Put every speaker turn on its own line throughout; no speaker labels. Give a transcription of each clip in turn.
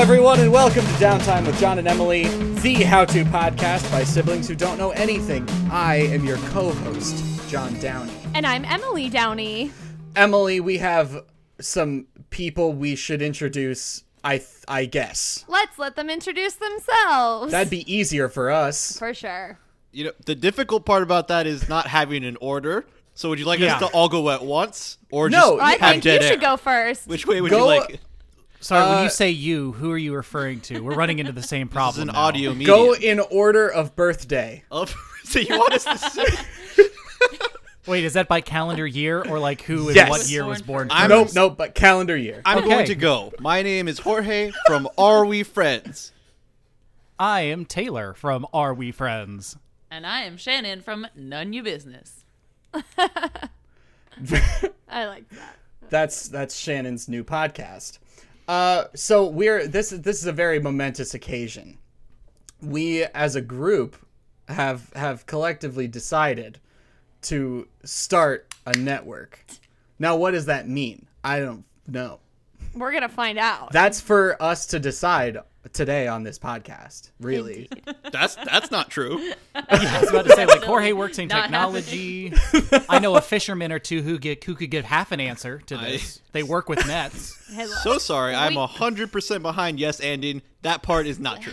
everyone, and welcome to Downtime with John and Emily, the how to podcast by siblings who don't know anything. I am your co host, John Downey.
And I'm Emily Downey.
Emily, we have some people we should introduce, I, th- I guess.
Let's let them introduce themselves.
That'd be easier for us.
for sure.
You know, the difficult part about that is not having an order. So would you like
Yeah.
us to all go at once, or
No,
just
I
have
think you
dead air?
should go first.
Which way would
Go-
you like? it?
Sorry, when
Uh,
you say you, who are you referring to? We're running into the same
This is
problem.
an
now.
audio medium.
Go in order of birthday.
Oh, so you want us to say?
Wait, is that by calendar year or like who and
Yes.
what year was born?
I'm-
nope,
first?
Oh, nope, but calendar year.
I'm
Okay.
going to go. My name is Jorge from Are We Friends?
I am Taylor from Are We Friends?
And I am Shannon from None You Business.
I like that.
That's that's Shannon's new podcast. Uh, so we're this is this is a very momentous occasion. We as a group have have collectively decided to start a network. Now, what does that mean? I don't know.
We're gonna find out.
That's for us to decide today on this podcast. Really,
That's that's not true.
I was about to say like Jorge works in
Not
technology. I know a fisherman or two who get who could give half an answer to this. They work with nets.
Hey, look.
So sorry. I'm
Wait.
hundred percent behind. Yes, ending. That part is not true.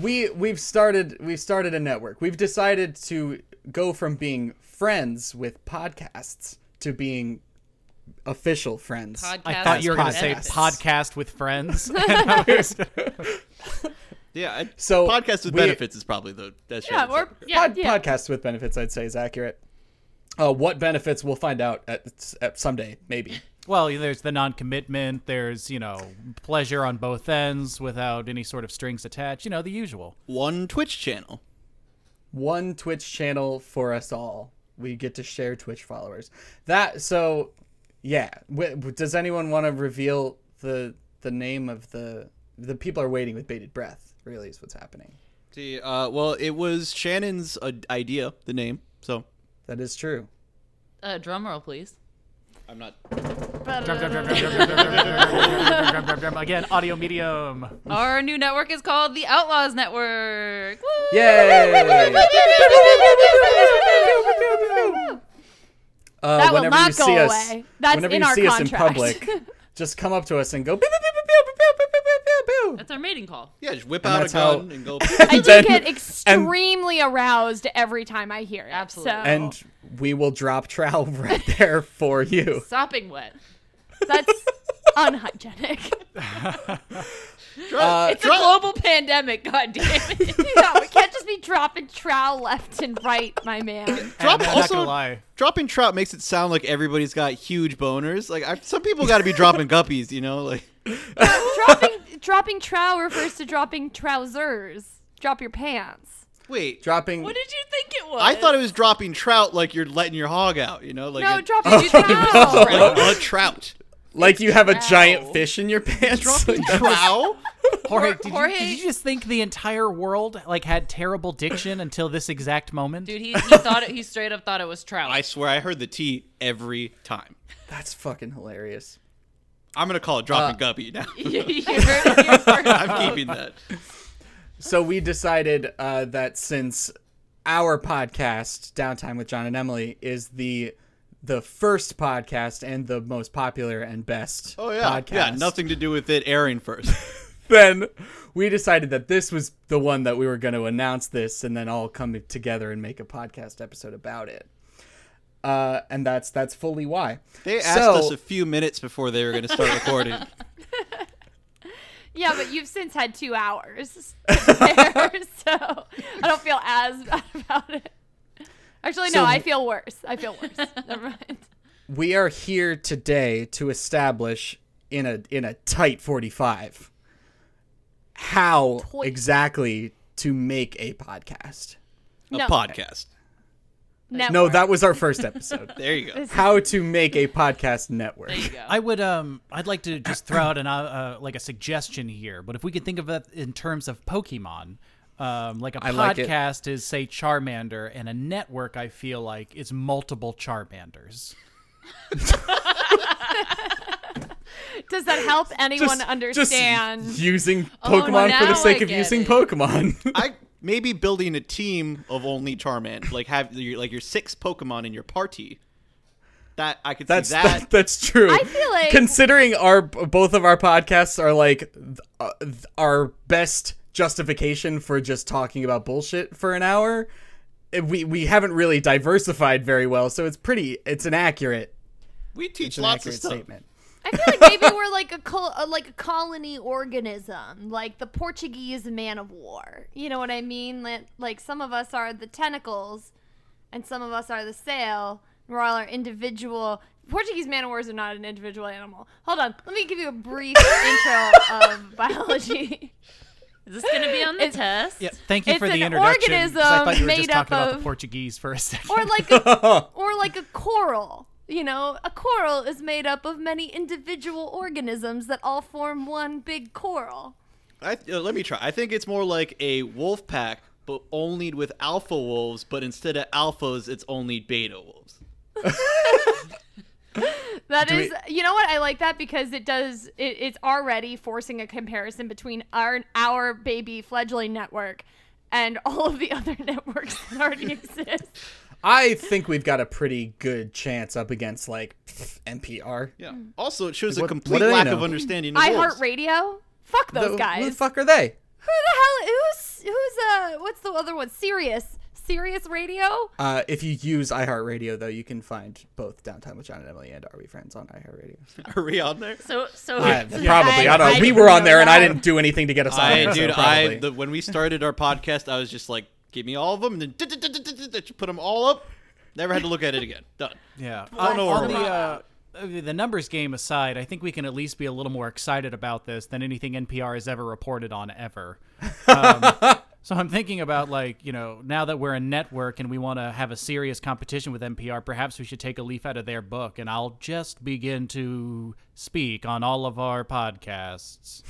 we we've started we've started a network. We've decided to go from being friends with podcasts to being official friends.
I thought you were going to say
Podcasts.
podcast with friends. And I was-
Yeah. I,
So,
podcast with
we-
benefits is probably the that's
yeah, we're yeah,
Pod-
yeah.
podcasts with benefits i'd say is accurate uh, what benefits we'll find out at, at someday maybe
well, there's the non-commitment. There's you know pleasure on both ends without any sort of strings attached. You know the usual.
one Twitch channel.
one twitch channel for us all we get to share twitch followers that so yeah w- w- does anyone want to reveal the the name of the the people are waiting with bated breath really is what's happening
See, uh, well, it was Shannon's uh, idea. The name. So
that is true
Uh, drum roll, please.
I'm not.
Again, audio medium.
Our new network is called the Outlaws Network. Woo!
yay Uh,
That will
whenever
not
you
go
see us,
away. That's
whenever
in
you
our
see us in
contract.
public, just come up to us and go. "Pew, pew, pew, pew, pew, pew, pew, pew, pew, pew."
That's our mating call.
Yeah, just whip
And
out a
that's how-
gun and go.
I do
Then-
get extremely aroused every time I hear it.
Absolutely.
so
And we will drop trowel right there for you.
Sopping wet.
that's unhygienic.
Try-
It's a global pandemic, god damn it.
no, we can't just be dropping trowel left and right, my man.
Drop,
I'm not
also,
gonna lie.
dropping trout makes it sound like everybody's got huge boners. Like I, some people got to be dropping guppies, you know. Like
dropping dropping trowel refers to dropping trousers. Drop your pants.
wait,
Dropping.
what did you think it was?
I thought it was dropping trout, like you're letting your hog out, you know. Like
No,
a,
drop
Oh,
your trowel.
like a trout.
like you have a giant
Trowel.
fish in your pants.
Dropping trout.
Jorge, did, you,
Jorge-
did you just think the entire world like had terrible diction until this exact moment?
Dude, he, he thought it. He straight up thought it was trout.
I swear, I heard the T every time.
That's fucking hilarious.
I'm gonna call it dropping guppy now.
You heard it here first.
I'm keeping that.
So we decided uh, that since our podcast, Downtime with John and Emily, is the the first podcast and the most popular and best
Oh yeah,
podcast.
yeah. Nothing to do with it airing first.
then we decided that this was the one that we were going to announce this and then all come together and make a podcast episode about it. Uh, and that's that's fully why.
They asked us a few minutes before they were gonna start recording.
Yeah, but you've since had two hours to prepare, so I don't feel as bad about it. Actually, no,
So-
I feel worse. I feel worse. Never mind.
we are here today to establish in a in a tight 45 how
Toy-
exactly to make a podcast.
A
No.
podcast.
Network.
No, that was our first episode.
There you go.
how to make a podcast network.
There you go.
I would um I'd like to just throw out an uh, uh, like a suggestion here, but if we could think of it in terms of Pokemon, um like a
I like it.
podcast is say Charmander and a network I feel like is multiple Charmanders.
Does that help anyone
just
understand?
using Pokemon for
Oh, now
the sake
I
of
get
using
it.
Pokemon.
I maybe building a team of only Charmant, like have your, like your six Pokemon in your party. That I could
That's
see that.
that, that's true.
I feel like-
considering our both of our podcasts are like th- uh, th- our best justification for just talking about bullshit for an hour. eh, We we haven't really diversified very well, so it's pretty it's an accurate
we
it's
teach
an
lots of
accurate
stuff.
statement.
I feel like maybe we're like a, col- uh like a colony organism, like the Portuguese man of war. You know what I mean? Like, like some of us are the tentacles, and some of us are the sail. and We're all our individual. Portuguese man of wars are not an individual animal. Hold on, let me give you a brief intro of biology.
Is this gonna be on the test?
Yeah, thank you
It's
for the
an
introduction. 'cause I thought you were
organism
just
made up
talking about
of-
the Portuguese for a second.
or like a, or like a coral. You know, a coral is made up of many individual organisms that all form one big coral.
I, uh, let me try. I think it's more like a wolf pack, but only with alpha wolves. But instead of alphas, it's only beta wolves.
That
Do
is, you know what? I like that because it does. It, it's already forcing a comparison between our our baby fledgling network and all of the other networks that already exist.
I think we've got a pretty good chance up against like pff, NPR.
Yeah. Also, it shows
What-
a
what
complete
do they
lack
know?
of understanding. Of wolves.
iHeartRadio, fuck those
The-
guys.
Who the fuck are they?
Who the hell? Who's who's uh? What's the other one? Sirius, Sirius Radio.
Uh, if you use iHeartRadio, though, you can find both Downtime with John and Emily and Are We Friends on iHeartRadio.
Are we on there?
So so
I- probably. I, don't know. We
didn't
were on
know
there, and I
that.
didn't do anything to get us on.
I,
there, so
dude, I
probably.
the, when we started our podcast, I was just like, give me all of them, and then d-d-d-d-d-d-d, put them all up. Never had to look at it again. Done.
Yeah.
I don't know where
on
we're
the, uh, uh, the numbers game aside, I think we can at least be a little more excited about this than anything NPR has ever reported on ever. Um, so I'm thinking about like you know now that we're a network and we want to have a serious competition with NPR, perhaps we should take a leaf out of their book. And I'll just begin to speak on all of our podcasts.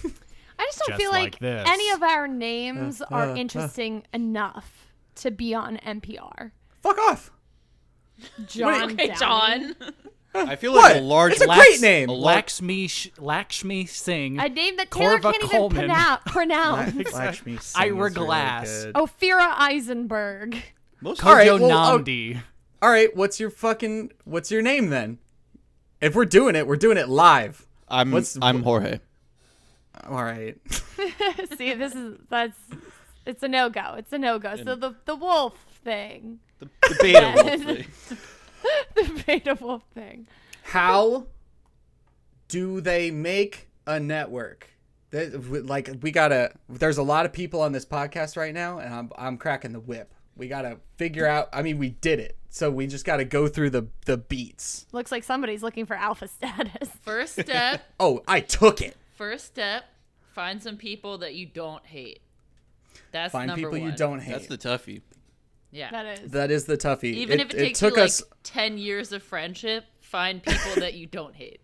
I just don't
Just
feel like,
like this.
any of our names
Uh,
are interesting enough to be on NPR.
fuck off.
John,
Okay,
Downey.
John.
I feel
What?
like a large
It's a
lack-
great name.
a lar-
Lakshmi Sh- Lakshmi Singh.
a name that Taylor
Corva
can't even
Coleman.
pronoun- pronounce.
Lakshmi Singh
Ira
is really
Glass.
Oh.
good.
Ophira Eisenberg.
Most
All right,
Kojo
well, I'll-
Namdi.
All right, what's your fucking what's your name then? If we're doing it, we're doing it live.
I'm
What's-
I'm Jorge.
All right.
See, this is that's it's a no go. It's a no go. So the the wolf thing,
The, the beta wolf thing.
the beta wolf thing.
How do they make a network? That- w- like we gotta. There's a lot of people on this podcast right now, and I'm I'm cracking the whip. We gotta figure out. I mean, we did it, so we just gotta go through the the beats.
Looks like somebody's looking for alpha status.
First step.
Oh, I took it.
First step. Find some people that you don't hate. That's
Find
number
people you
one.
don't hate.
That's the toughie.
Yeah.
That is.
That is the toughie.
Even if it takes
took
you
us
like ten years of friendship, find people that you don't hate.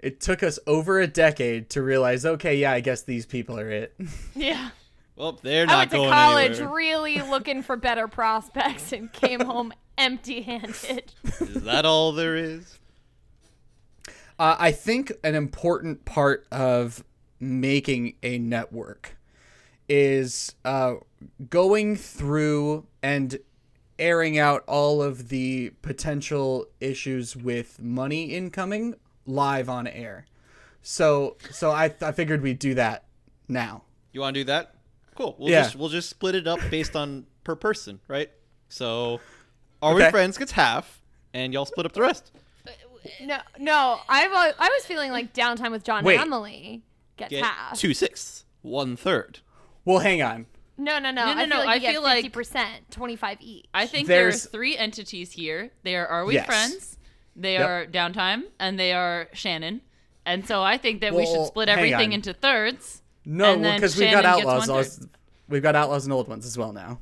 it took us over a decade to realize, okay, yeah, I guess these people are it.
Yeah.
Well, they're
I
not
went to
going
college
anywhere.
really looking for better prospects and came home empty handed.
Is that all there is?
Uh, I think an important part of making a network is uh, going through and airing out all of the potential issues with money incoming live on air. So, so I, I figured we'd do that now.
You want to do that? Cool. We'll
Yeah.
just we'll just split it up based on per person, right? So, are we
Okay.
friends gets half, and y'all split up the rest.
No, no, I've, al- I was feeling like downtime with John
Wait.
and Emily gets
Get
half.
two sixths, one third.
Well, hang on.
No, no, no,
No, no,
I
no,
feel
I
like you
feel
get
like-
fifty percent, twenty five each.
I think there are
There's-
three entities here. They are Are We
Yes.
Friends? They
Yep.
are Downtime, and they are Shannon. And so I think that we
Well,
should split
hang
everything
on.
into thirds.
No,
and then
because we've got
Shannon gets
outlaws.
one
also- We've got outlaws and old ones as well now.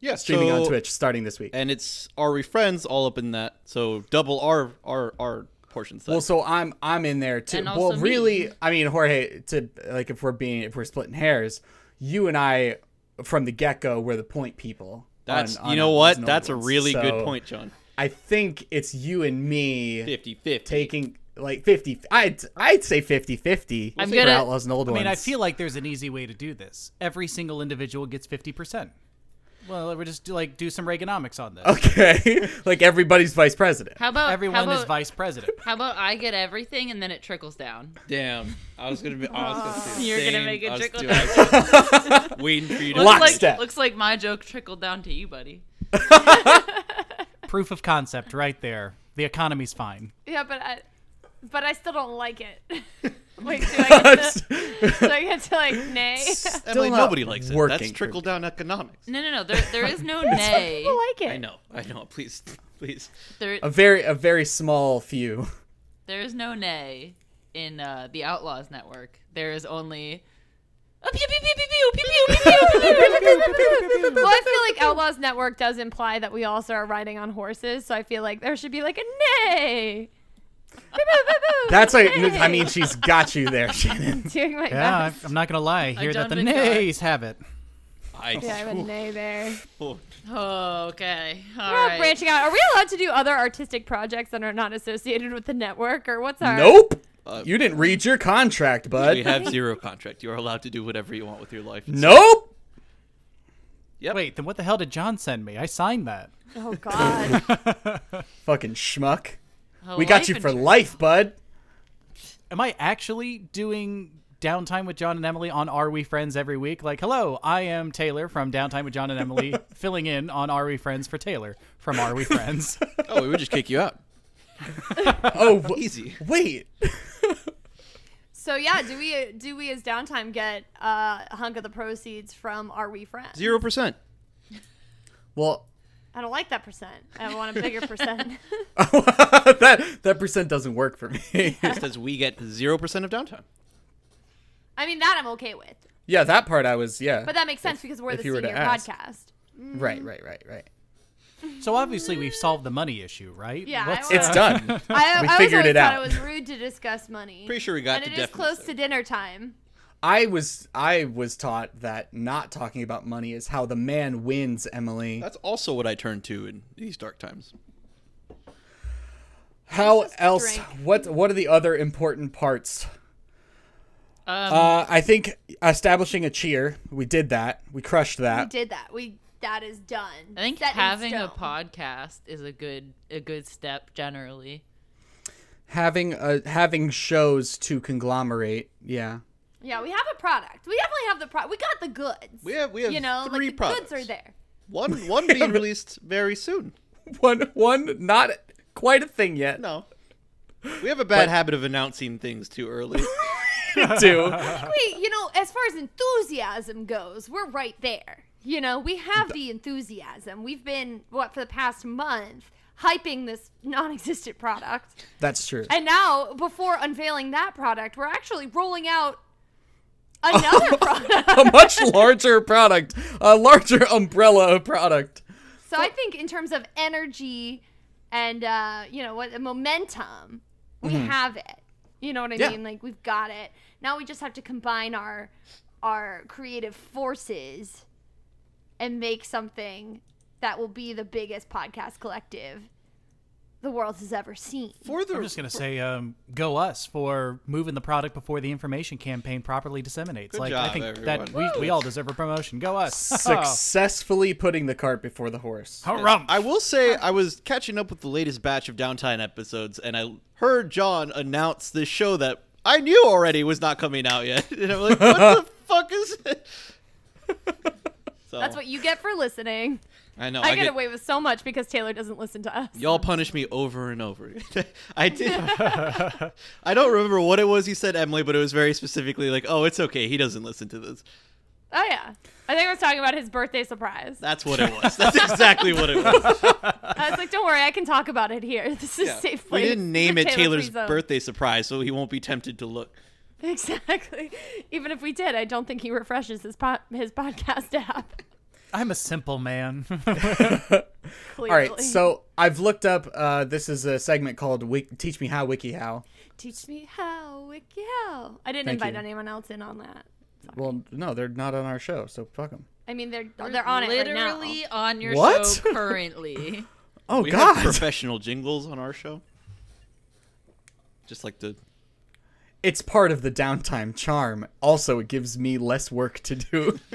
Yeah,
Streaming on
so-
Twitch starting this week.
and it's are we friends all up in that. So double our our our portion size.
Well, so I'm I'm in there too.
And also
Well,
me.
really, I mean, Jorge, to like if we're being if we're splitting hairs, you and I from the get go were the point people.
That's
on- on
you know
Outlaws
what?
and
That's a
Old Ones.
really good
So
point, John.
I think it's you and me
50 50.
taking like 50 I'd I'd say 50-50
I'm
for
gonna-
outlaws and old
I
ones.
mean, I feel like there's an easy way to do this. Every single individual gets fifty percent. Well, we just do, like do some Reaganomics on this.
okay, like everybody's vice president.
How about
Everyone
how about,
is vice president.
How about I get everything and then it trickles down?
Damn, I was gonna be. I was gonna say the
You're gonna
same.
make it
I was
trickle
doing-
down.
I was waiting for you to.
Lock-
Looks
Lockstep.
like, looks like my joke trickled down to you, buddy.
Proof of concept, right there. The economy's fine.
Yeah, but I, but I still don't like it. Wait, do I get to, do I get to like nay? I
Emily,
not
nobody likes it.
working
That's
for
trickle down economics.
No, no, no. There, there is no nay.
don't like it.
I know, I know. Please, please.
There,
A very a very small few.
there is no nay in uh, the Outlaws Network. There is only. a pew, pew, pew, pew, pew, pew, pew, pew, pew, pew, pew.
Well, I feel like Outlaws Network does imply that we also are riding on horses, so I feel like there should be like a nay.
That's like I mean she's got you there, Shannon.
doing my
Yeah, I-
best.
I'm not gonna lie. I hear that
done
the
been got.
nays have it.
I
Yeah, I have a nay there.
Oh, okay. All
We're all
right.
branching out. Are we allowed to do other artistic projects that are not associated with the network, or what's our?
Nope.
Uh,
you didn't read your contract, bud.
we have zero contract. You are allowed to do whatever you want with your life.
nope.
Yep.
Wait, then what the hell did John send me? I signed that.
Oh God.
Fucking schmuck.
A
we got
life
you for
insurance.
life, bud.
Am I actually doing downtime with John and Emily on Are We Friends every week? Like, hello, I am Taylor from Downtime with John and Emily, filling in on Are We Friends for Taylor from Are We Friends.
Oh, we would just kick you out.
Oh, w-
Easy.
wait.
so yeah, do we do we as downtime get uh, a hunk of the proceeds from Are We Friends?
Zero percent.
Well,
I don't like that percent. I want a bigger percent.
that that percent doesn't work for me.
Says we get zero percent of downtime.
I mean that I'm okay with,
yeah, that part I was. Yeah.
but that Mm. makes sense because we're
if
the
you were to
senior
ask.
podcast.
right, right, right, right.
so obviously we've solved the money issue, right?
Yeah, I
What's
wanna-
It's done.
I,
We
I always
figured
always
it
thought
out.
it was rude to discuss money.
Pretty sure we got
and
the
it is
definite
close
side.
to dinner time.
I was I was taught that not talking about money is how the man wins, Emily.
That's also what I turn to in these dark times.
How else?
drink.
What What are the other important parts?
Um,
Uh, I think establishing a cheer. We did that. We crushed
We
that.
did that. We that is done.
I think
Set in
having a
stone.
podcast is a good a good step generally.
Having a having shows to conglomerate. Yeah.
Yeah, we have a product. We definitely have the product. We got the goods.
We have- we have
you know
three
like the
products.
goods are there.
One one being released very soon.
One one not quite a thing yet.
No. We have a bad habit of announcing things too early.
Two.
We you know as far as enthusiasm goes, we're right there. You know we have the enthusiasm. We've been what for the past month hyping this non-existent product,
That's true.
and now before unveiling that product, we're actually rolling out another product.
a much larger product, a larger umbrella of product.
So I think in terms of energy and uh, you know what momentum, we have it. You know what I
Yeah.
mean? Like we've got it. Now we just have to combine our our creative forces and make something that will be the biggest podcast collective the world has ever seen.
For the
I'm just gonna say, um, go us for moving the product before the information campaign properly disseminates.
Good
like I
job,
think that
everyone.
we, we all deserve a promotion. Go us.
Successfully putting the cart before the horse.
Oh, Harumph.
I will say I was catching up with the latest batch of downtime episodes, and I heard John announce this show that I knew already was not coming out yet. And I'm like, what the fuck is it? So,
That's what you get for listening.
I know.
I,
I
get,
get,
away with so much because Taylor doesn't listen to us.
y'all punish me over and over.
I did. I don't remember what it was you said, Emily, but it was very specifically like, "Oh, it's okay. He doesn't listen to this."
Oh yeah. I think I was talking about his birthday surprise.
That's what it was. That's exactly what it was.
I was like, "Don't worry, I can talk about it here. This is a safe
We
place."
didn't name
for
it
Taylor
Taylor's
Free Zone.
birthday surprise, so he won't be tempted to look.
Exactly. Even if we did, I don't think he refreshes his po- his podcast app.
I'm a simple man.
Clearly.
All right, so I've looked up. Uh, this is a segment called Wik- "Teach Me How Wiki How."
teach me how, wiki how. I didn't
Thank
invite
you.
anyone else in on that.
Well, no, they're not on our show, so fuck them.
I mean, they're they're on it right now.
literally on your
What?
show currently.
Oh
we have
God!
professional jingles on our show. Just like the
It's part of the downtime charm. Also, it gives me less work to do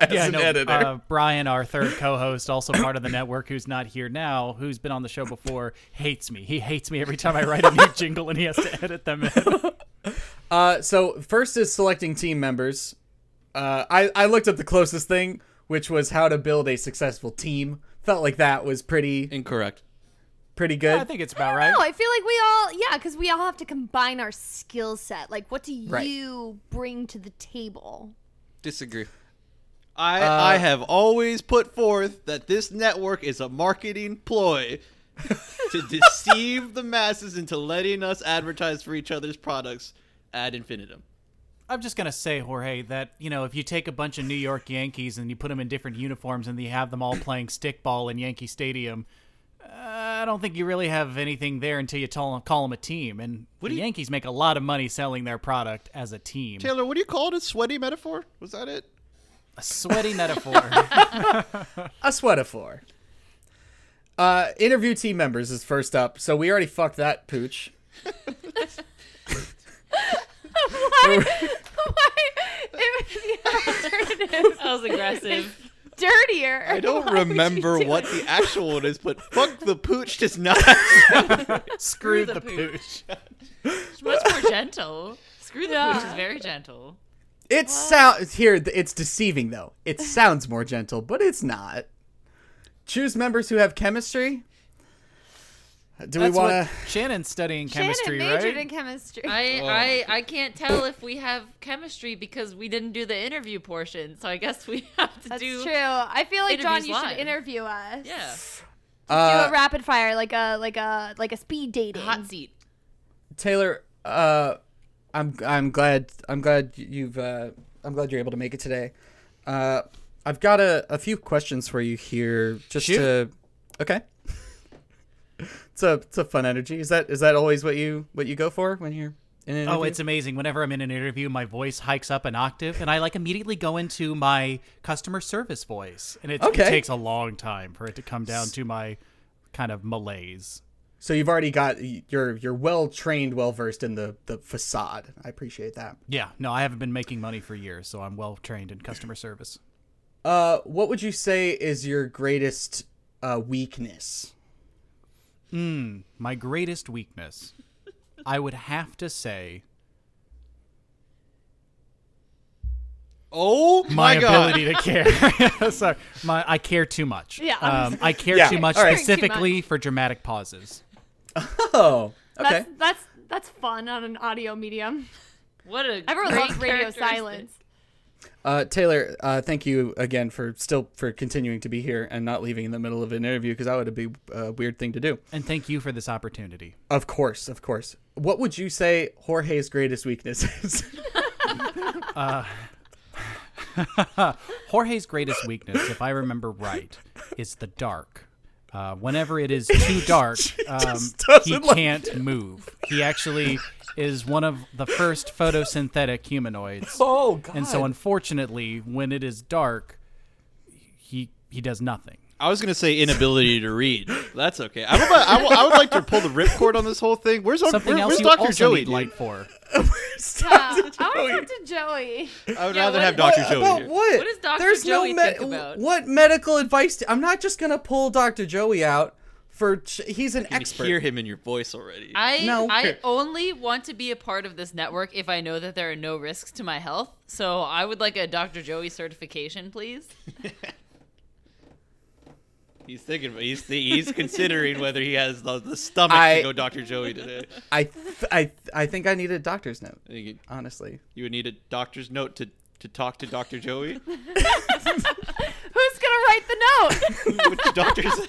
as
yeah,
an
no,
editor.
Uh, Brian, our third co-host, also part of the network, who's not here now, who's been on the show before, hates me. He hates me every time I write a new jingle and he has to edit them. In.
Uh, so first is selecting team members. Uh, I I looked up the closest thing, which was how to build a successful team. Felt like that was pretty
incorrect.
pretty good.
I think it's about right.
No, I feel like we all, yeah, because we all have to combine our skill set. Like, what do
Right.
you bring to the table?
Disagree.
I, I have always put forth that this network is a marketing ploy to deceive the masses into letting us advertise for each other's products ad infinitum.
I'm just gonna say, Jorge, that you know, if you take a bunch of New York Yankees and you put them in different uniforms and you have them all playing stickball in Yankee Stadium, uh, I don't think you really have anything there until you tell, call them a team. And the Yankees make a lot of money selling their product as a team.
Taylor, what do you call it? A sweaty metaphor? Was that it?
A sweaty metaphor.
a sweater for. Uh, interview team members is first up. So we already fucked that pooch.
Why? It was the alternative.
That was aggressive.
Dirtier.
I don't
Why would you
remember
do
what
it?
the actual one is, but fuck the pooch does not.
Screw the,
the
pooch.
It's much more gentle. Screw the
Yeah.
pooch is very gentle.
It sounds here. It's deceiving though. It sounds more gentle, but it's not. Choose members who have chemistry. Do we
That's
want
what Shannon's studying
Shannon
chemistry,
majored
right?
in chemistry.
Oh,
I, I I can't tell if we have chemistry because we didn't do the interview portion, so I guess we have to
That's
do
true. I feel like John,
interviews
you
live.
should interview us.
to
yeah
do a rapid fire, like a like a like a speed dating.
hot seat.
Taylor, uh, I'm I'm glad I'm glad you've uh, I'm glad you're able to make it today. Uh, I've got a, a few questions for you here, just
Shoot.
to okay. it's a it's a fun energy. Is that is that always what you what you go for when you're in an
Oh,
interview?
it's amazing. Whenever I'm in an interview, my voice hikes up an octave, and I like immediately go into my customer service voice, and it, it
Okay.
takes a long time for it to come down to my kind of malaise.
so you've already got you're you're well trained, well versed in the the facade. I appreciate that.
Yeah, no, I haven't been making money for years, so I'm well trained in customer service.
Uh, what would you say is your greatest uh, weakness?
My greatest weakness, I would have to say,
Oh
my,
my, god.
ability to care. Sorry, my I care too much.
Yeah, I'm-
um, I care
Yeah,
too much
all right.
specifically for dramatic pauses.
Oh, okay.
That's that's that's fun on an audio medium.
What a
Everyone
great
loves radio
characteristic.
silence.
Uh, Taylor, uh, thank you again for still for continuing to be here and not leaving in the middle of an interview because that would be a weird thing to do.
And thank you for this opportunity.
Of course, of course. What would you say Jorge's greatest weakness is?
Jorge's greatest weakness, if I remember right, is the dark. Uh, whenever it is too dark, um, he
doesn't like
can't move. He actually is one of the first photosynthetic humanoids.
oh God!
And so, unfortunately, when it is dark, he he does nothing.
I was gonna say inability to read. That's okay. I'm about, I, w- I would like to pull the ripcord on this whole thing. Where's, our,
Something
where-
else
where's
you
Doctor
also
Joey?
need
dude?
light for.
Yeah, I want to talk to Joey.
I would
Yeah,
rather
what-
have Doctor
What-
Joey.
about
here.
what?
What does Dr.
There's
Joey
no
think about?
What medical advice? do- I'm not just gonna pull Dr. Joey out for. Ch- he's an
You
expert.
hear him in your voice already.
I
No.
I only want to be a part of this network if I know that there are no risks to my health. So I would like a Dr. Joey certification, please.
He's thinking. about- He's thi- he's considering whether he has the, the stomach
I-
to go Dr. Joey today.
I, th- I, I think I need a doctor's note.
I think you-
Honestly,
You would need a doctor's note to to talk to Dr. Joey.
Who's gonna write the note?
Which doctor's?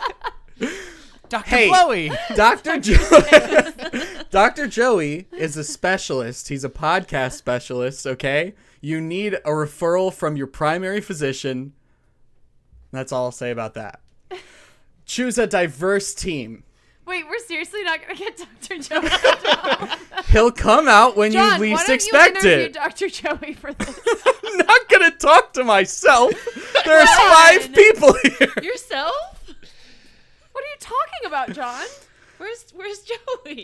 Doctor
Hey.
Chloe.
Dr. Joey. Dr. Joey is a specialist. He's a podcast specialist, okay? You need a referral from your primary physician. That's all I'll say about that. Choose a diverse team.
Wait, we're seriously not gonna get Dr. Joey.
He'll come out when you
John, why
least
don't
expect
you interview
it.
Dr. Joey for this?
I'm not going to talk to myself. There's five people here.
Yourself?
What are you talking about, John?
Where's Where's Joey?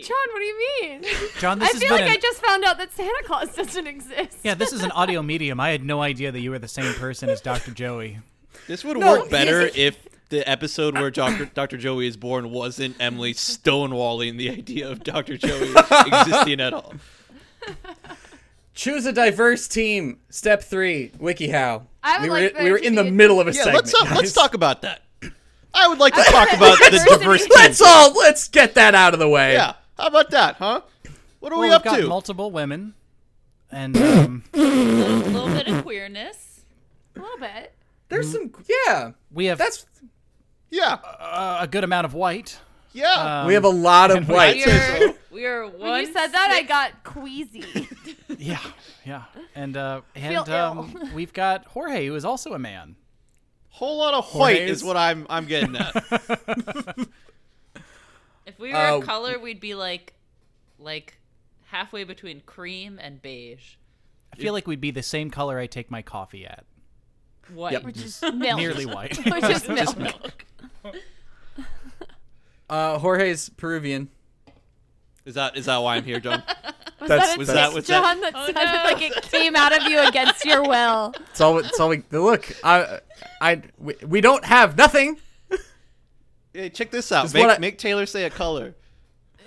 John, what do you mean?
John, this
I
has
feel
been
like I
an-
just found out that Santa Claus doesn't exist.
yeah, this is an audio medium. I had no idea that you were the same person as Dr. Joey.
This would
No,
work better
he's-
if the episode where Dr. Dr. Joey is born wasn't Emily stonewalling the idea of Dr. Joey existing at all.
Choose a diverse team. Step three, WikiHow.
I would
we were,
like there
we were
to
in
be
the
a-
middle of a
Yeah,
segment.
let's talk,
guys.
let's talk about that. I would like to talk about the
Diversity.
diverse team.
Let's all let's get that out of the way.
Yeah, how about that, huh? What are
Well,
we
we've
up
got
to?
multiple women, and um,
A little bit of queerness.
A little bit.
There's
Mm.
some. Yeah,
we have
that's.
yeah,
uh, a good amount of white.
yeah.
Um, we have a lot of
We
whites.
are we are one.
When you said that, I got queasy.
Yeah, yeah, and uh,
feel
and um, we've got Jorge, who is also a man.
Whole lot of white
Jorge's-
is what I'm I'm getting at.
If we were
Uh,
a color, we'd be like, like halfway between cream and beige.
I feel like we'd be the same color I take my coffee at.
What?
Yep.
Which is milk.
Nearly white.
Which is milk.
Uh, Jorge's Peruvian.
Is that is that why I'm here, John?
Was
That's-
that a
was
text,
that
what that-
John? That,
Oh,
sounded
no.
like it came out of you against your will.
It's all. It's all we look. I, I, we, we don't have nothing.
Hey, check this out.
Just
Make,
what I-
make Taylor say a color.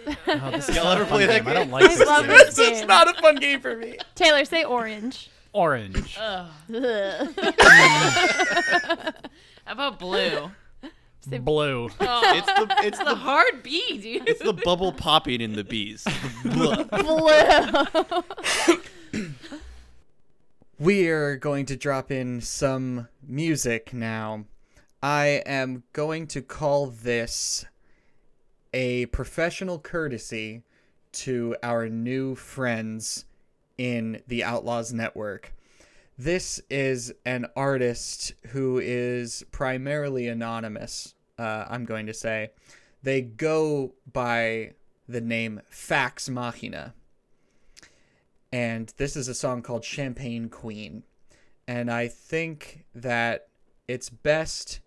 Oh, this is
Y'all
not
ever
a
play that
fun game. I don't
game?
like
I
this.
love
game.
it.
This is not a fun game for me.
Taylor, say orange.
Orange.
Ugh.
How about blue?
Blue.
Oh,
It's the it's
the
the
hard B, dude.
it's the bubble popping in the bees. Blah.
Blue.
We're going to drop in some music now. I am going to call this a professional courtesy to our new friends in the Outlaws Network. This is an artist who is primarily anonymous, uh, I'm going to say. They go by the name Fax Machina and this is a song called Champagne Queen. And I think that it's best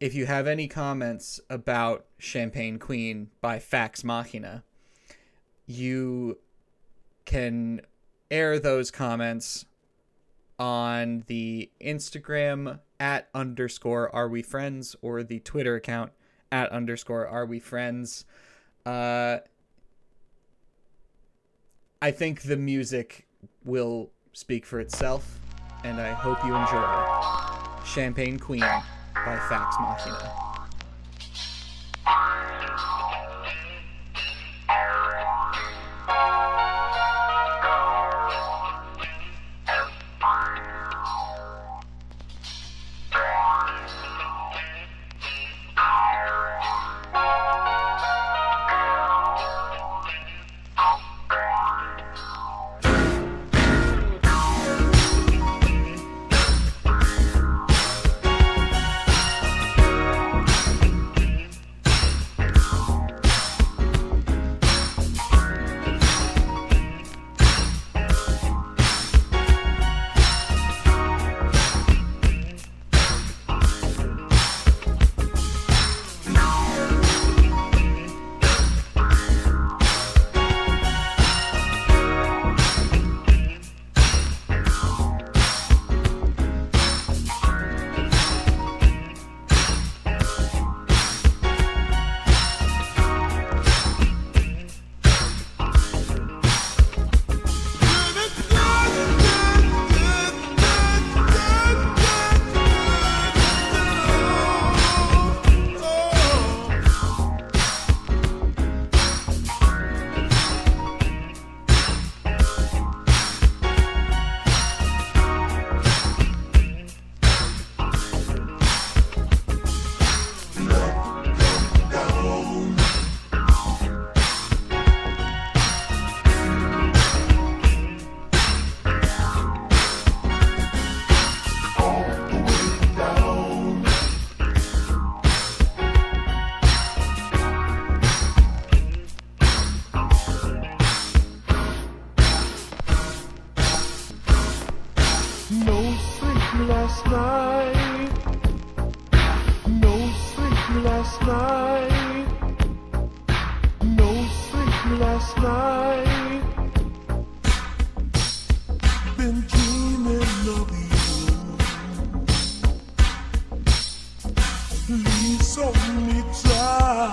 if you have any comments about Champagne Queen by Fax Machina, you can air those comments on the Instagram at underscore are we friends or the Twitter account at underscore are we friends. Uh, I think the music will speak for itself, and I hope you enjoy Champagne Queen by Fax Machina.
No sleep last night. No sleep last night. Please only try.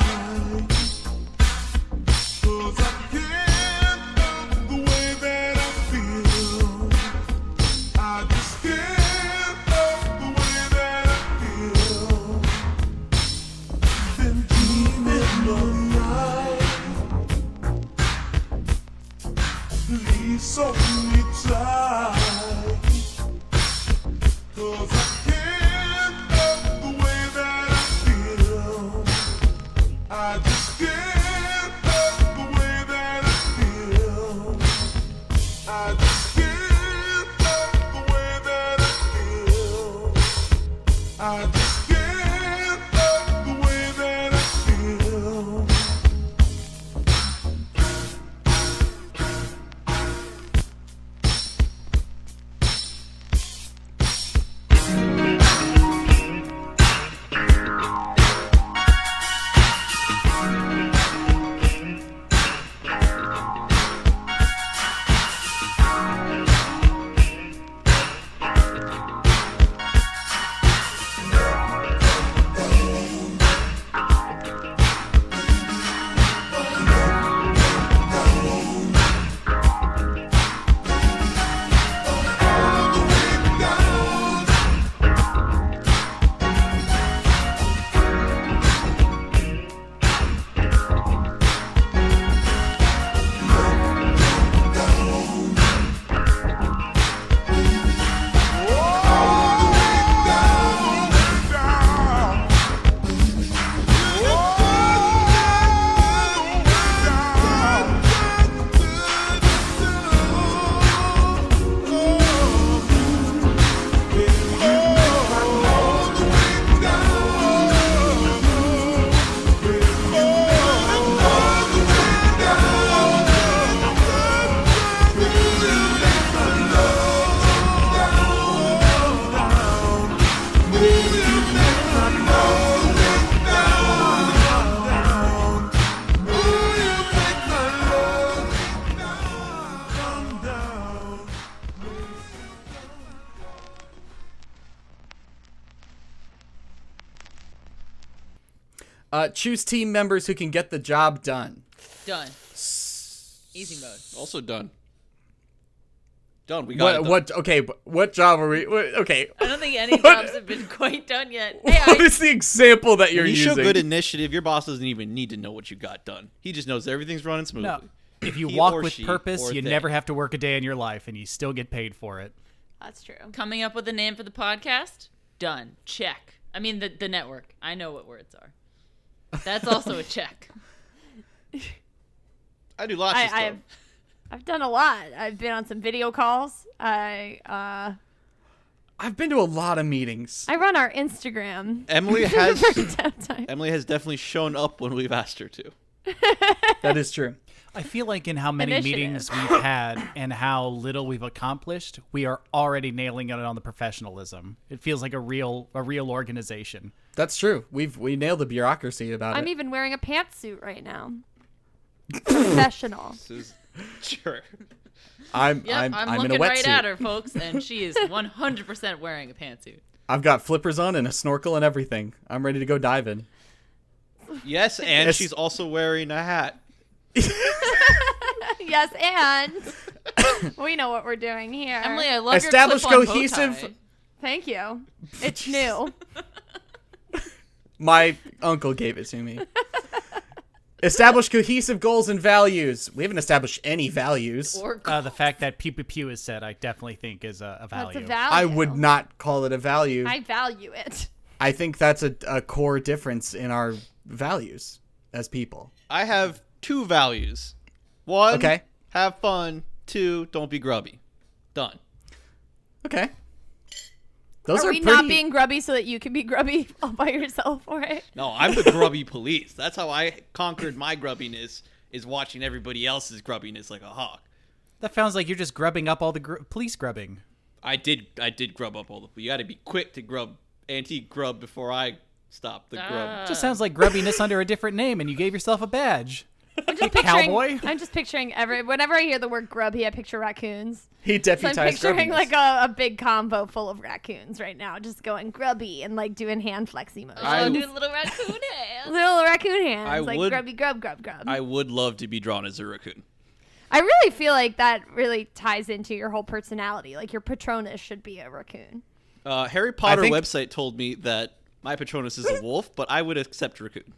'Cause I can't help the way that I feel. I just can't help the way that I feel. Been dreaming all night. Please only try. Cause I can't help the way that I feel. I just can't help the way that I feel. I just can't help the way that I feel. I just can't help the way that I feel.
Uh, choose team members who can get the job done.
Done. Easy mode.
Also done. Done. We got it
What?
done.
What? Okay. but What job are we? What, okay.
I don't think any
What?
jobs have been quite done yet. Hey,
What
I,
is the example that you're
When you show
using?
good initiative, your boss doesn't even need to know what you got done. He just knows everything's running smoothly.
No. If you
He
walk
or
with
she
purpose,
or
you
they.
never have to work a day in your life and you still get paid for it.
That's true.
coming up with a name for the podcast? Done. Check. I mean, the, the network. I know what words are. That's also a check.
I do lots of
I,
stuff.
I've I've done a lot. I've been on some video calls. I uh
I've been to a lot of meetings.
I run our Instagram.
Emily has
Downtime.
Emily has definitely shown up when we've asked her to.
that is true.
I feel like in how many
Initiative.
meetings we've had and how little we've accomplished, we are already nailing it on the professionalism. It feels like a real a real organization.
That's true. We've we nailed the bureaucracy about
I'm
it.
even wearing a pantsuit right now. Professional.
This is sure.
I'm
Yep,
I'm,
I'm,
I'm, in a
looking
wetsuit.
right at her, folks, and she is 100% wearing a pantsuit.
I've got flippers on and a snorkel and everything. I'm ready to go diving.
Yes, and
Yes.
she's also wearing a hat.
yes, and uh, we know what we're doing here.
Emily, I love
Establish
your clip-on bow
cohesive-
tie.
Thank you. It's new.
My uncle gave it to me. Establish cohesive goals and values. We haven't established any values.
Or
Uh, the fact that pew pew pew is said, I definitely think is a, a
That's
value.
a value.
I would not call it a value.
I
I,
value it.
think that's a, a core difference in our values as people.
I have two values. One,
Um,
Okay.
have fun. Two, don't be grubby. Done.
Okay. Those
are
are,
we
pretty.
not being grubby so that you can be grubby all by yourself for it?
No, I'm the grubby police. That's how I conquered my grubbiness is watching everybody else's grubbiness like a hawk.
That sounds like you're just grubbing up all the gr- police grubbing.
I did I did grub up all the you gotta be quick to grub anti grub before I stop the grub.
Ah.
Uh.
Just sounds like grubbiness under a different name, and you gave yourself a badge.
I'm just picturing,
Cowboy?
I'm just picturing every. Whenever I hear the word grubby, I picture raccoons.
He
So I'm
deputized.
picturing
Grubbiness.
like a, a big combo full of raccoons right now, just going grubby and like doing hand flexy motions.
Oh, do little raccoon hands.
Little raccoon hands,
I
like
would-
grubby, grub, grub, grub.
I would love to be drawn as a raccoon.
I really feel like that really ties into your whole personality. Like your Patronus should be a raccoon.
Uh, Harry Potter
think-
website told me that my Patronus is a wolf, but I would accept raccoon.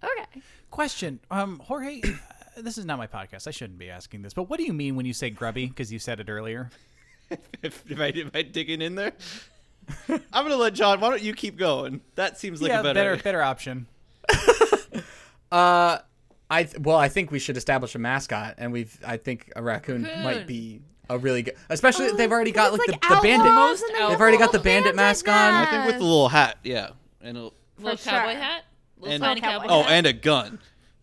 Okay.
Question, um, Jorge. uh, This is not my podcast. I shouldn't be asking this, but what do you mean when you say grubby? Because you said it earlier.
If, if I am I digging in there, I'm gonna let John. Why don't you keep going? That seems like
yeah,
a better.
better, better option.
I th- well, I think we should establish a mascot, and we've. I think a raccoon might
Raccoon.
be a really good. Especially they've already got
Oh, It's
like, the, the bandit.
outlaws
Most
and
outlaws.
They've already got the
little
bandit mask on. I
I think with the
mask.
little hat, yeah, and a,
little
For
cowboy
sure.
hat. Little
And-
tiny
Little
cowboy.
cowboy
oh,
hat.
and a gun.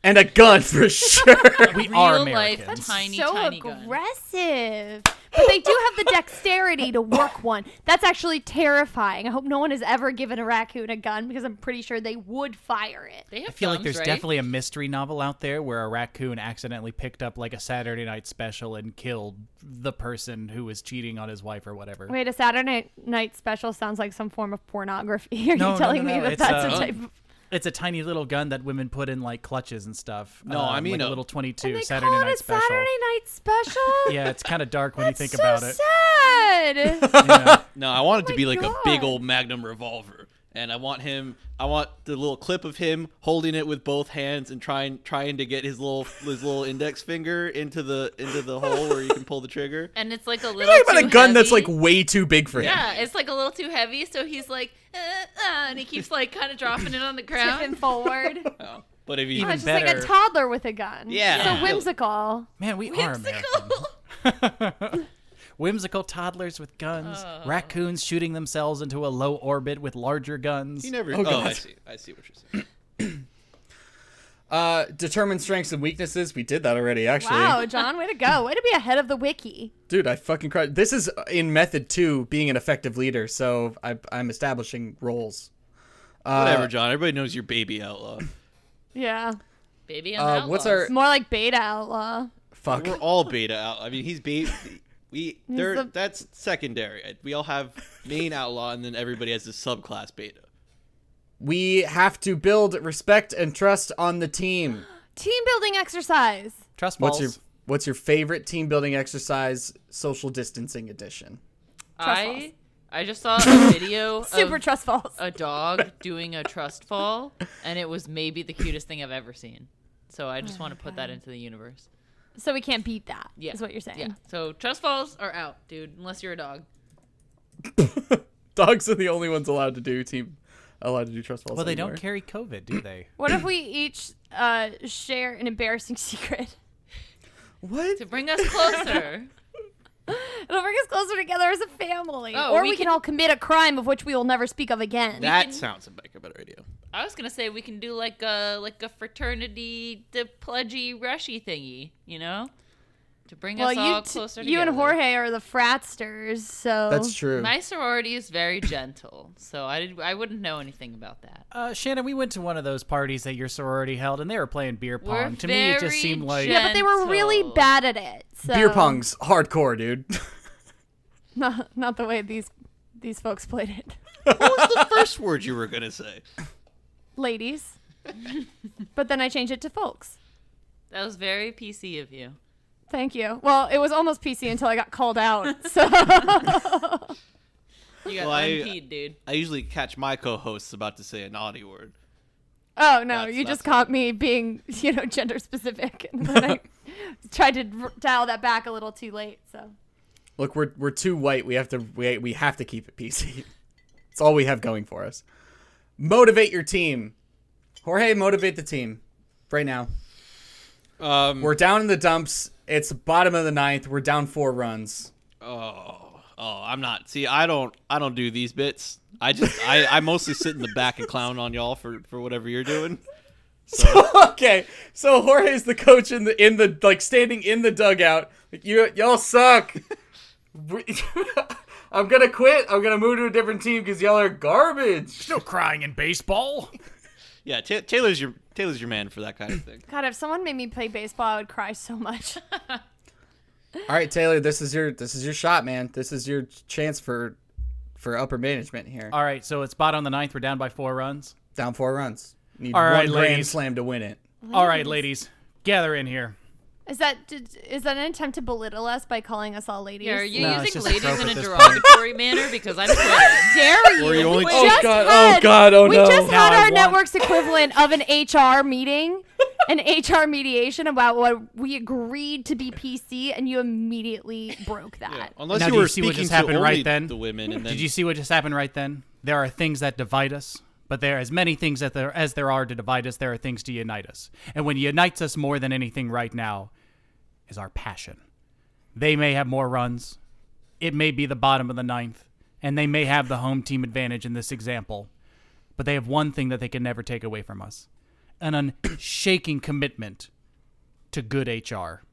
and a gun for sure.
We
Real
are
life
Americans.
tiny
so
tiny gun.
aggressive. But they do have the dexterity to work one. That's actually terrifying. I hope no one has ever given a raccoon a gun because I'm pretty sure they would fire it.
They have
I feel like
thumbs,
there's
right?
definitely a mystery novel out there where a raccoon accidentally picked up like a Saturday night special and killed the person who was cheating on his wife or whatever.
Wait, a Saturday night special sounds like some form of pornography. Are
No, no,
you telling
no,
me
no,
that
it's,
that's
uh,
a type of
It's a tiny little gun that women put in like clutches and stuff. Um,
No, I mean
like a
a-
little
And
twenty-two
they
Saturday
call it
night
a
special.
Saturday night special.
Yeah, it's kind of dark when you think
so
about it.
sad.
Yeah.
No, I want it to
my
be like a big
God.
old Magnum revolver, and I want him. I want the little clip of him holding it with both hands and trying trying to get his little his little index finger into the into the hole where you can pull the trigger.
And it's like a little.
Talking about a
too
gun that's
heavy.
like way too big for him.
Yeah, it's like a little too heavy, so he's like, uh, uh, and he keeps like kind of dropping it on the
Tipping
ground.
forward.
Oh, But if you
Oh,
Even
it's just like a
better.
toddler with a gun.
Yeah.
So whimsical.
Man, we are Americans.
Whimsical.
Whimsical toddlers with guns,
Oh.
raccoons shooting themselves into a low orbit with larger guns.
you never,
Oh,
oh,
God.
I see, I see what you're saying.
Uh, determine strengths and weaknesses. We did that already, actually.
Wow, John, way to go. Way to be ahead of the wiki.
Dude, I fucking cried. This is in method two, being an effective leader. So I, I'm establishing roles.
Whatever, John. Everybody knows you're baby outlaw.
Yeah.
Baby,
Uh,
I'm
what's
outlaws.
It's more like beta outlaw.
Fuck.
We're all beta out. I mean, he's beta. We there.
the-
That's secondary. We all have main outlaw, and then everybody has a subclass beta.
We have to build respect and trust on the team.
Team building exercise.
Trust balls.
What's your What's your favorite team building exercise? Social distancing edition.
I I just saw a video
Super
of
trust falls.
a dog doing a trust fall, and it was maybe the cutest thing I've ever seen. So I just want to put that into the universe.
so we can't beat that. Is
Yeah,
what you're saying.
Yeah. So trust falls are out, dude. Unless you're a dog.
Dogs are the only ones allowed to do team allowed to do trust falls.
well, they don't
anymore.
carry COVID, do they?
What if we each uh, share an embarrassing secret?
What?
To bring us closer.
It'll bring us closer together as a family.
Oh,
or we,
we
can
can-
all commit a crime of which we will never speak of again.
That sounds like a better idea.
I was gonna say we can do like a like a fraternity the pledgy rushy thingy, you know, to bring
well,
us all
you, t-
closer
you and
together.
Jorge are the fratsters, so
That's true.
My sorority is very gentle, so I did, I wouldn't know anything about that.
Uh, Shannon, we went to one of those parties that your sorority held, and they were playing beer pong.
We're
to me, it just
very
seemed like
gen-
Yeah, but they were really
Gentle.
bad at it. So.
Beer pong's hardcore, dude.
Not, not the way these these folks played it.
What was the first word you were gonna say?
Ladies. but then I changed it to folks.
That was very PC of you.
Thank you. Well, it was almost PC until I got called out. So
You got
Well, I-
unpeed, dude.
I usually catch my co-hosts about to say a naughty word.
Oh no,
That's-
you
that's
just caught me being, you know, gender specific and then I tried to r- dial that back a little too late. So
Look, we're we're too white. We have to we we have to keep it PC. it's all we have going for us. Motivate your team, Jorge. Motivate the team right now.
Um,
We're down in the dumps. It's bottom of the ninth. We're down four runs.
oh, oh, I'm not. See, I don't, I don't do these bits. I just, I, I mostly sit in the back and clown on y'all for for whatever you're doing.
okay, so Jorge's the coach in the in the like standing in the dugout. Like you y'all suck. We- I'm gonna quit. I'm gonna move to a different team because y'all are garbage.
no crying in baseball.
Yeah, Ta Taylor's your Taylor's your man for that kind of thing.
God, if someone made me play baseball, I would cry so much.
All right, Taylor, this is your this is your shot, man. This is your chance for for upper management here.
All right, so it's bottom of the ninth. We're down by four runs.
Down four runs. Need
All
one
right,
grand
ladies.
slam to win it.
All right, ladies, gather in here.
Is that did, is that an attempt to belittle us by calling us all ladies?
Yeah, are you
No, it's
using
just a
ladies
trope
in
at
a
this point.
derogatory manner? Because I'm quitting.
Dare you?
you only-
We
Oh,
just
God. Oh,
had-
God. Oh,
we
no.
just
Now
had
I
our
want-
network's equivalent of an HR meeting, an HR mediation about what we agreed to be PC, and you immediately broke that.
Unless
Now,
you
do you
were
see what
speaking
just
to
happened
only
right then?
the women, and then
Did you see what just happened right then? There are things that divide us, but there are as many things that there as there are to divide us, there are things to unite us. And what unites us more than anything right now is our passion. They may have more runs. It may be the bottom of the ninth, and they may have the home team advantage in this example. But they have one thing that they can never take away from us an unshaking commitment to good HR.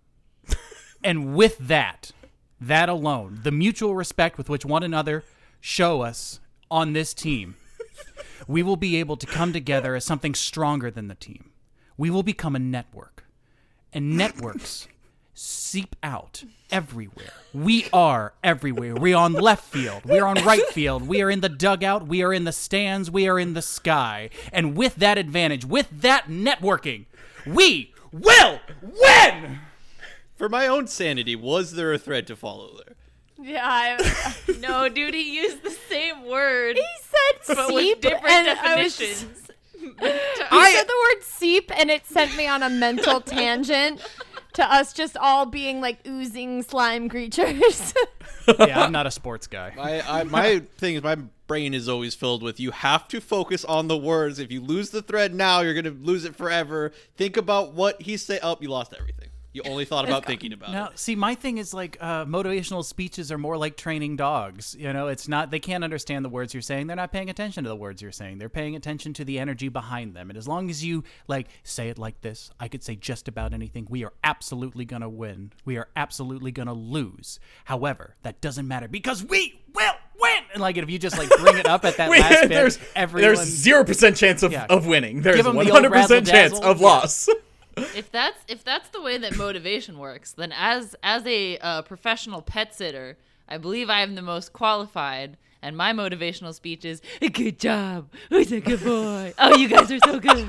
and with that, that alone, the mutual respect with which one another show us on this team, we will be able to come together as something stronger than the team. We will become a network. And networks seep out everywhere. We are everywhere. We're on left field. We're on right field. We are in the dugout. We are in the stands. We are in the sky. And with that advantage, with that networking, we will win!
for my own sanity, was there a thread to follow there?
Yeah, I,
no, dude, he used the same word,
he said
but with
seep,
different
and I was.
definitions.
You said the word seep, and it sent me on a mental tangent to us just all being like oozing slime creatures.
Yeah, I'm not a sports guy.
I, I my thing is my brain is always filled with you have to focus on the words. If you lose the thread now, you're gonna lose it forever. Think about what he say. Oh, you lost everything. You only thought about thinking about
No,
it.
see, my thing is like uh, motivational speeches are more like training dogs. You know, it's not they can't understand the words you're saying. They're not paying attention to the words you're saying. They're paying attention to the energy behind them. And as long as you like say it like this, I could say just about anything. We are absolutely gonna win. We are absolutely gonna lose. However, that doesn't matter because we will win. And like if you just like bring it up at that last bit,
there's
everyone
there's zero percent chance of,
Yeah.
of winning. There's
Give 'em the
one
old
hundred percent chance
razzle-dazzle.
of
Yeah.
loss.
if that's if that's the way that motivation works, then as as a uh, professional pet sitter, I believe I am the most qualified. And my motivational speech is "Good job, who's a good boy? Oh, you guys are so good."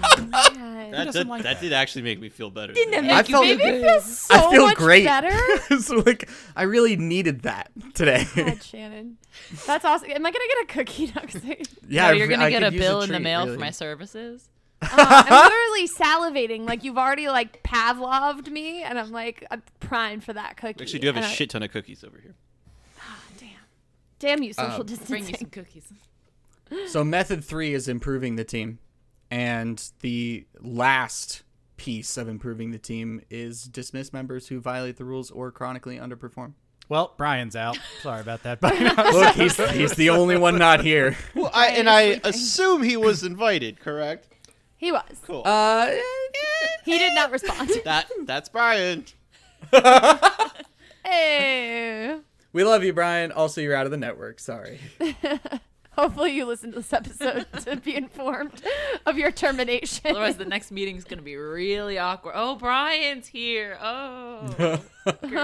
That,
doesn't
that,
like
that
that?
did actually make me feel better.
Didn't
I
it make you
felt-
feel
Maybe
good?
it feels so
I feel
much
great.
better.
It's like I really needed that today.
God, Shannon. That's awesome. Am I gonna get a cookie next?
yeah,
oh, you're gonna
I
get
could
a
use
bill in the
treat,
mail
really.
for my services.
Um, I'm literally salivating. Like you've already like Pavloved me, and I'm like I'm primed for that cookie.
We actually do have a
And I-
shit ton of cookies over here.
Damn you,
Um,
social
Bring you some
distancing.
cookies.
So method three is improving the team, and the last piece of improving the team is dismiss members who violate the rules or chronically underperform.
well, Brian's out. Sorry about that. Brian.
Look, he's he's the only one not here.
Well, I, and I assume he was invited, correct?
He was.
Cool.
Uh,
He did not respond.
that that's Brian.
hey.
we love you, Brian. Also, you're out of the network. Sorry.
Hopefully you listen to this episode to be informed of your termination.
Otherwise, the next meeting's gonna be really awkward. Oh, Brian's here. Oh, great.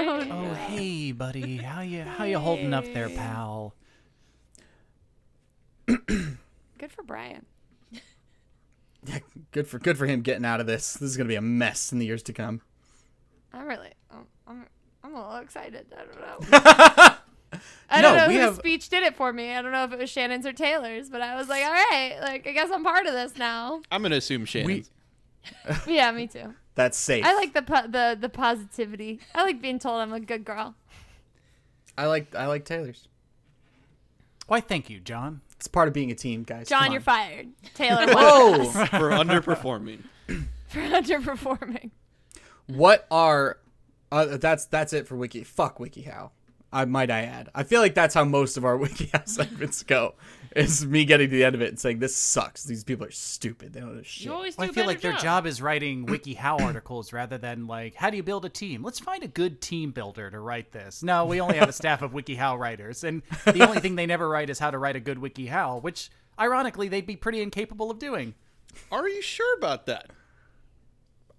Um,
oh, hey, buddy, how you how you holding up there, pal?
Good for Brian.
Good for good for him getting out of this. This is gonna be a mess in the years to come.
I'm really. I'm. I'm, I'm a little excited. I don't know. I don't
No,
know
we
whose
have-
speech did it for me. I don't know if it was Shannon's or Taylor's, but I was like, all right, like I guess I'm part of this now.
I'm gonna assume Shannon's.
We
yeah, me too.
that's safe.
I like the po- the the positivity. I like being told I'm a good girl.
I like I like Taylor's.
Why, thank you, John.
It's part of being a team, guys.
John,
Come
you're
on.
fired. Taylor, what
Whoa!
for underperforming.
for underperforming?
what are? Uh, that's that's it for Wiki. Fuck WikiHow. I might I add. I feel like that's how most of our WikiHow segments go. Is me getting to the end of it and saying this sucks. These people are stupid. They don't know shit.
you always do
Well, I
a
feel
better
like their job is writing WikiHow articles rather than like, how do you build a team? Let's find a good team builder to write this. No, we only have a staff of WikiHow writers, and the only thing they never write is how to write a good WikiHow, which ironically they'd be pretty incapable of doing.
Are you sure about that?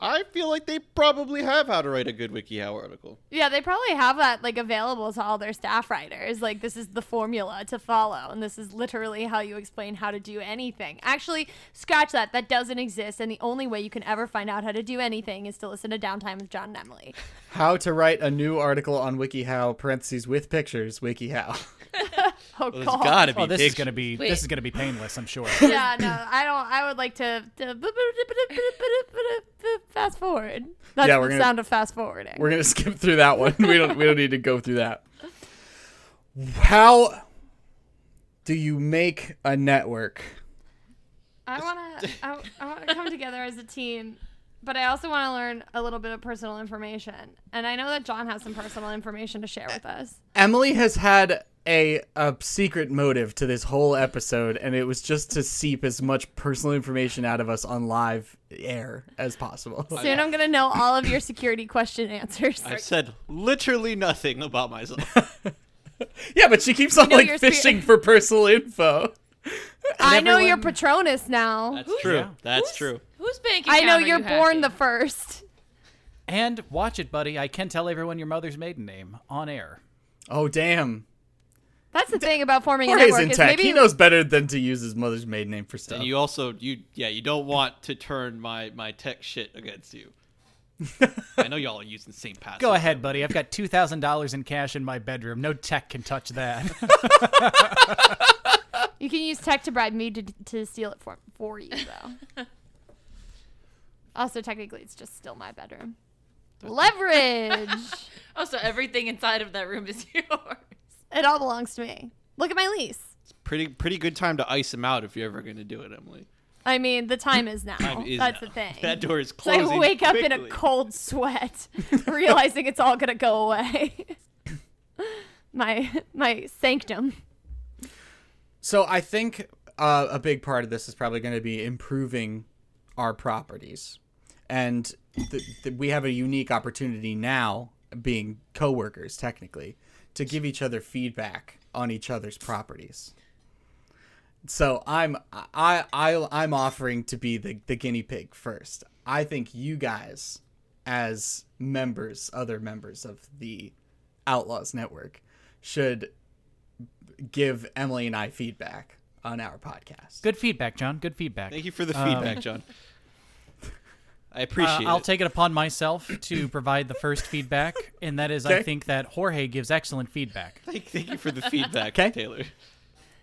I feel like they probably have how to write a good WikiHow article.
Yeah, they probably have that like available to all their staff writers. Like this is the formula to follow, and this is literally how you explain how to do anything. Actually, scratch that. That doesn't exist, and the only way you can ever find out how to do anything is to listen to Downtime with John and Emily.
How to write a new article on WikiHow (parentheses with pictures) WikiHow.
Oh
Well, there's got
God.
to be
Oh, this
big
is gonna be
Wait.
this is gonna be painless. I'm sure.
Yeah, no, I don't. I would like to, to fast forward. That's
Yeah, we're
the
gonna-
sound of fast forwarding.
We're gonna skip through that one. We don't. We don't need to go through that. How do you make a network?
I want to. I, I want to come together as a team, but I also want to learn a little bit of personal information. And I know that John has some personal information to share with us.
Emily has had a a secret motive to this whole episode, and it was just to seep as much personal information out of us on live air as possible.
Soon I'm gonna know all of your security question answers.
I've said literally nothing about myself.
yeah, but she keeps on
know
like
your spirit-
fishing for personal info.
I know your
everyone-
Patronus now.
That's true.
Yeah.
That's
Who's-
true.
Whose bank account
I know
are
you're
you
born
hacking?
the first.
and watch it, buddy. I can tell everyone your mother's maiden name on air.
Oh damn.
That's the thing about forming a
Jorge's
network.
in
is
tech.
maybe
He knows better than to use his mother's maiden name for stuff.
And you also you yeah you don't want to turn my my tech shit against you. I know y'all are using the same password.
Go ahead, buddy. I've got two thousand dollars in cash in my bedroom. No tech can touch that.
you can use tech to bribe me to, to steal it for for you though. also, technically, it's just still my bedroom. Leverage.
Oh, so everything inside of that room is yours.
it all belongs to me. Look at my lease.
Pretty pretty good time to ice him out if you're ever gonna do it, Emily.
I mean, the time is now.
Time is
Oh, That's
now.
the thing.
That door is
So
closing.
I wake up in a
quickly.
cold sweat, realizing it's all gonna go away. my my sanctum.
So I think uh, a big part of this is probably going to be improving our properties, and th- th- we have a unique opportunity now, being coworkers technically, to give each other feedback on each other's properties. So I'm I I I'm offering to be the the guinea pig first. I think you guys, as members, other members of the Outlaws Network, should give Emily and I feedback on our podcast.
Good feedback, John. Good feedback.
Thank you for the feedback, John. I appreciate
Uh, I'll
it.
take it upon myself to provide the first feedback, and that is I
Okay.
think that Jorge gives excellent feedback.
thank, thank you for the feedback,
Okay.
Taylor.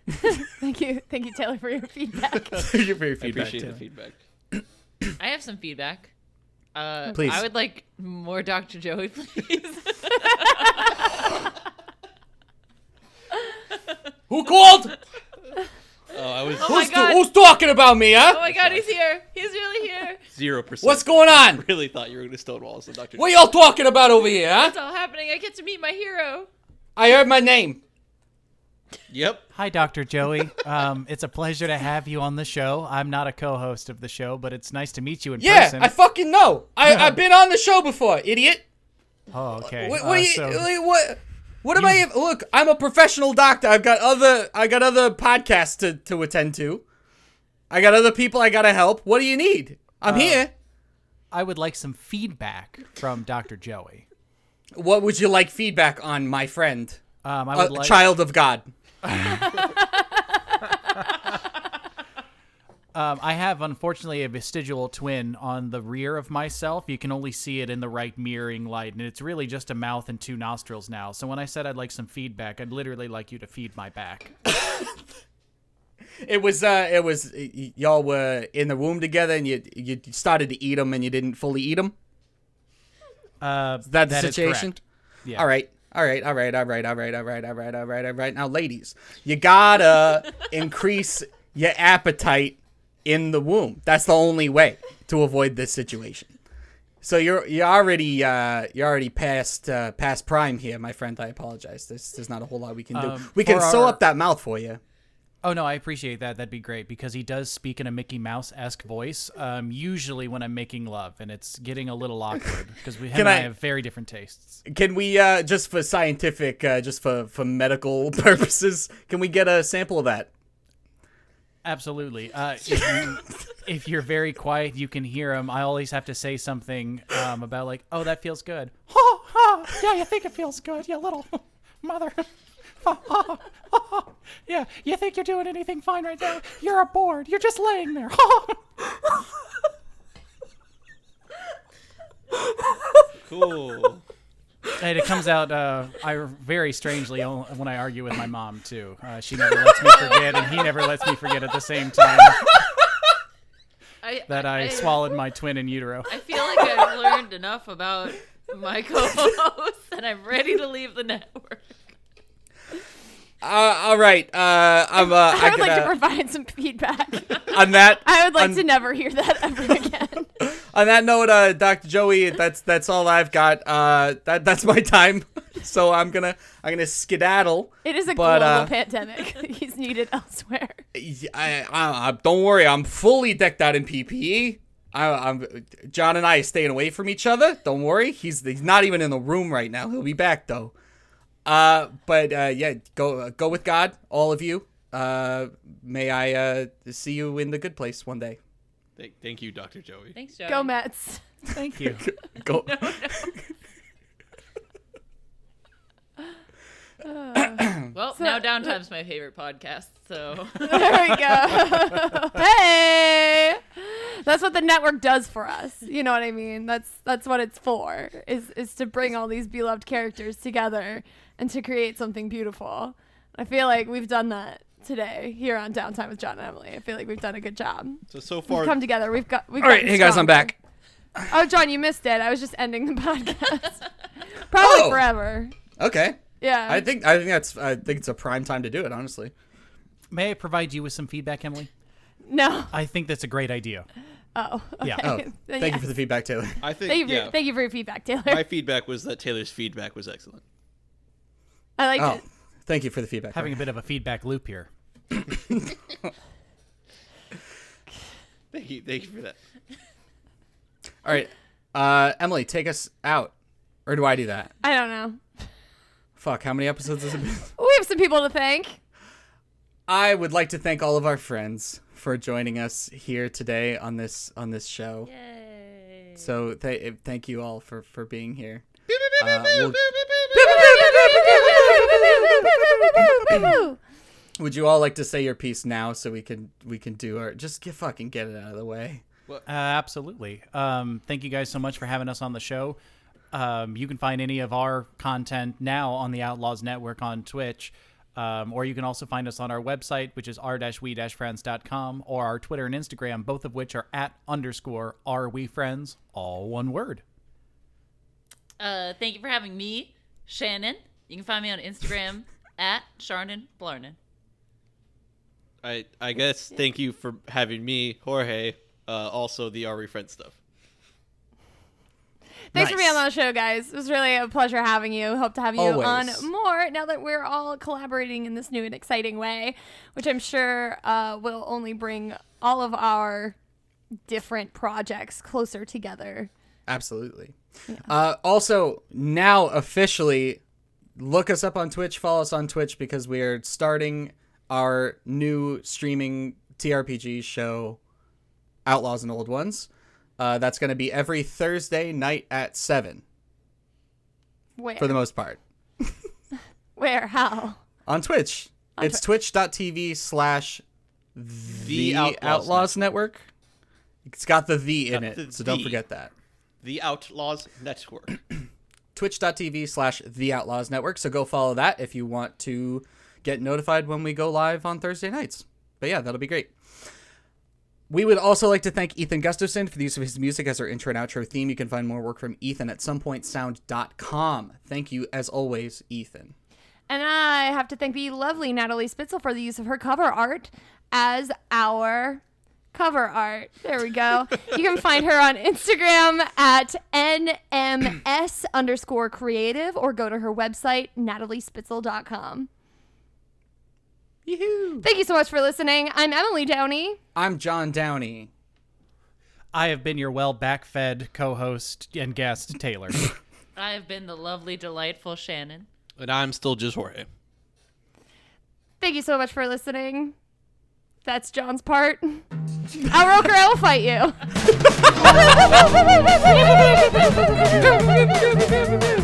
Thank you, thank you, Taylor, for your feedback.
Thank you for your
I
feedback.
appreciate the
Taylor.
feedback.
I have some feedback. Uh,
Please.
I would like more Dr. Joey, please.
Who called?
Oh, I was
oh my
who's,
god.
who's talking about me, huh?
oh my god, he's here. He's really here.
zero percent.
What's going on?
Really thought you were gonna stonewall us, Doctor.
What y'all talking about over here, huh?
It's all happening. I get to meet my hero.
I heard my name.
Yep.
Hi, Dr. Joey. Um, it's a pleasure to have you on the show. I'm not a co-host of the show, but it's nice to meet you in
Yeah,
person.
I fucking know. I, I've been on the show before, idiot.
oh, okay.
What,
Uh,
what, are you,
so-
what, what am I? ev- Look, I'm a professional doctor. I've got other, I got other podcasts to, to attend to. I got other people I gotta help. What do you need? I'm here.
I would like some feedback from Dr. Joey.
What would you like feedback on, my friend?
Um, I
A
would like.
Uh, child of God.
Um, I have, unfortunately, a vestigial twin on the rear of myself. You can only see it in the right mirroring light, and it's really just a mouth and two nostrils now. So when I said I'd like some feedback, I'd literally like you to feed my back.
It was uh it was y- y- y'all were in the womb together and you you started to eat them and you didn't fully eat them.
Uh,
That the
that is
situation?
correct. Yeah.
All right. All right, all right, all right, all right, all right, all right, all right, all right. Now, ladies, you gotta increase your appetite in the womb. That's the only way to avoid this situation. So you're you're already uh, you're already past uh, past prime here, my friend. I apologize. There's there's not a whole lot we can do.
Um,
we can
for
sew
our-
up that mouth for you.
Oh no, I appreciate that. That'd be great because he does speak in a Mickey Mouse esque voice. Um, usually when I'm making love, and it's getting a little awkward because we him and I
I-
have very different tastes.
Can we uh, just for scientific, uh, just for for medical purposes, can we get a sample of that?
Absolutely. Uh, if, you, if you're very quiet, you can hear them. I always have to say something um, about like, "Oh, that feels good." Ha ha! Yeah, you think it feels good, you little mother. Ha, ha, ha, ha. Yeah, you think you're doing anything fine right now? You're a board. You're just laying there. Ha!
Cool.
And it comes out uh, I very strangely o- when I argue with my mom too. Uh, she never lets me forget, and he never lets me forget at the same time
I,
that I, swallowed my twin in utero.
I feel like I've learned enough about my co-host, and I'm ready to leave the network.
Uh, all right. Uh, I'm. Uh,
I would
can,
like to
uh,
provide some feedback.
on that.
I would like
on,
to never hear that ever again.
On that note, uh, Dr. Joey, that's that's all I've got. Uh, that that's my time. so I'm gonna I'm gonna skedaddle.
It is a
But,
global
uh,
pandemic. He's needed elsewhere.
I, I, I don't worry. I'm fully decked out in PPE. I, I'm John and I are staying away from each other. Don't worry. He's he's not even in the room right now. He'll be back though. Uh, but uh, yeah, go uh, go with God, all of you. Uh, may I uh, see you in the good place one day.
Thank, thank you, Dr. Joey.
Thanks, Joe.
Go Mets.
Thank you.
Go.
Well, now downtime's my favorite podcast. So
There we go. hey, that's what the network does for us. You know what I mean? That's that's what it's for. Is is to bring all these beloved characters together and to create something beautiful. I feel like we've done that today here on Downtime with John and Emily. I feel like we've done a good job.
So so
We've
far,
come together. We've got. We've
All right,
gotten
hey guys, I'm
stronger.
back.
Oh, John, you missed it. I was just ending the podcast. Probably
Oh.
forever.
Okay.
Yeah.
I think I think that's I think it's a prime time to do it. Honestly.
May I provide you with some feedback, Emily?
no.
I think that's a great idea.
Oh. Okay.
Yeah.
Oh,
Then
thank you
yes.
for the feedback, Taylor.
I think
Thank you for,
yeah,
thank you for your feedback, Taylor.
my feedback was that Taylor's feedback was excellent.
I liked
Oh,
it.
thank you for the feedback.
Having a bit of a feedback loop here.
Thank you, thank you for that.
All right, uh, Emily, take us out, or do I do that?
I don't know.
Fuck, how many episodes has it been?
We have some people to thank.
I would like to thank all of our friends for joining us here today on this on this show. So th- thank you all for for being here. Uh, we'll- would you all like to say your piece now so we can we can do our just get fucking get it out of the way?
Uh, absolutely. Um, thank you guys so much for having us on the show. Um, you can find any of our content now on the Outlaws Network on Twitch, um, or you can also find us on our website, which is r-we-friends.com, or our Twitter and Instagram, both of which are at underscore are we friends, all one word.
uh, thank you for having me, Shannon. You can find me on Instagram at Sharnon Blarnon.
I I guess thank you for having me, Jorge. Uh, also the Are We Friends stuff.
Thanks for being
Nice.
on the show, guys. It was really a pleasure having you. Hope to have you
Always.
on more now that we're all collaborating in this new and exciting way, which I'm sure uh, will only bring all of our different projects closer together.
Absolutely. Uh, also, now officially, look us up on Twitch, follow us on Twitch because we are starting our new streaming TRPG show, Outlaws and Old Ones. Uh, that's going to be every Thursday night at 7
Where?
for the most part
Where? How?
on Twitch. it's twitch.tv slash the Outlaws,
Outlaws
Network. It's got the V in
Got
it,
the
so don't
V.
forget that.
The Outlaws Network.
twitch.tv slash the outlaws network so go follow that if you want to get notified when we go live on thursday nights but yeah that'll be great we would also like to thank ethan gustafson for the use of his music as our intro and outro theme you can find more work from ethan at somepointsound.com thank you as always ethan
And I have to thank the lovely Natalie Spitzel for the use of her cover art as our cover art. There we go. you can find her on Instagram at NMS underscore creative or go to her website, nataliespitzl.com.
Yoo-hoo.
Thank you so much for listening. I'm Emily Downey.
i'm john downey
I have been your well backfed co host and guest, Taylor.
I have been the lovely, delightful Shannon.
and I'm still just Jorge.
Thank you so much for listening. That's John's part. Outroker, I will fight you.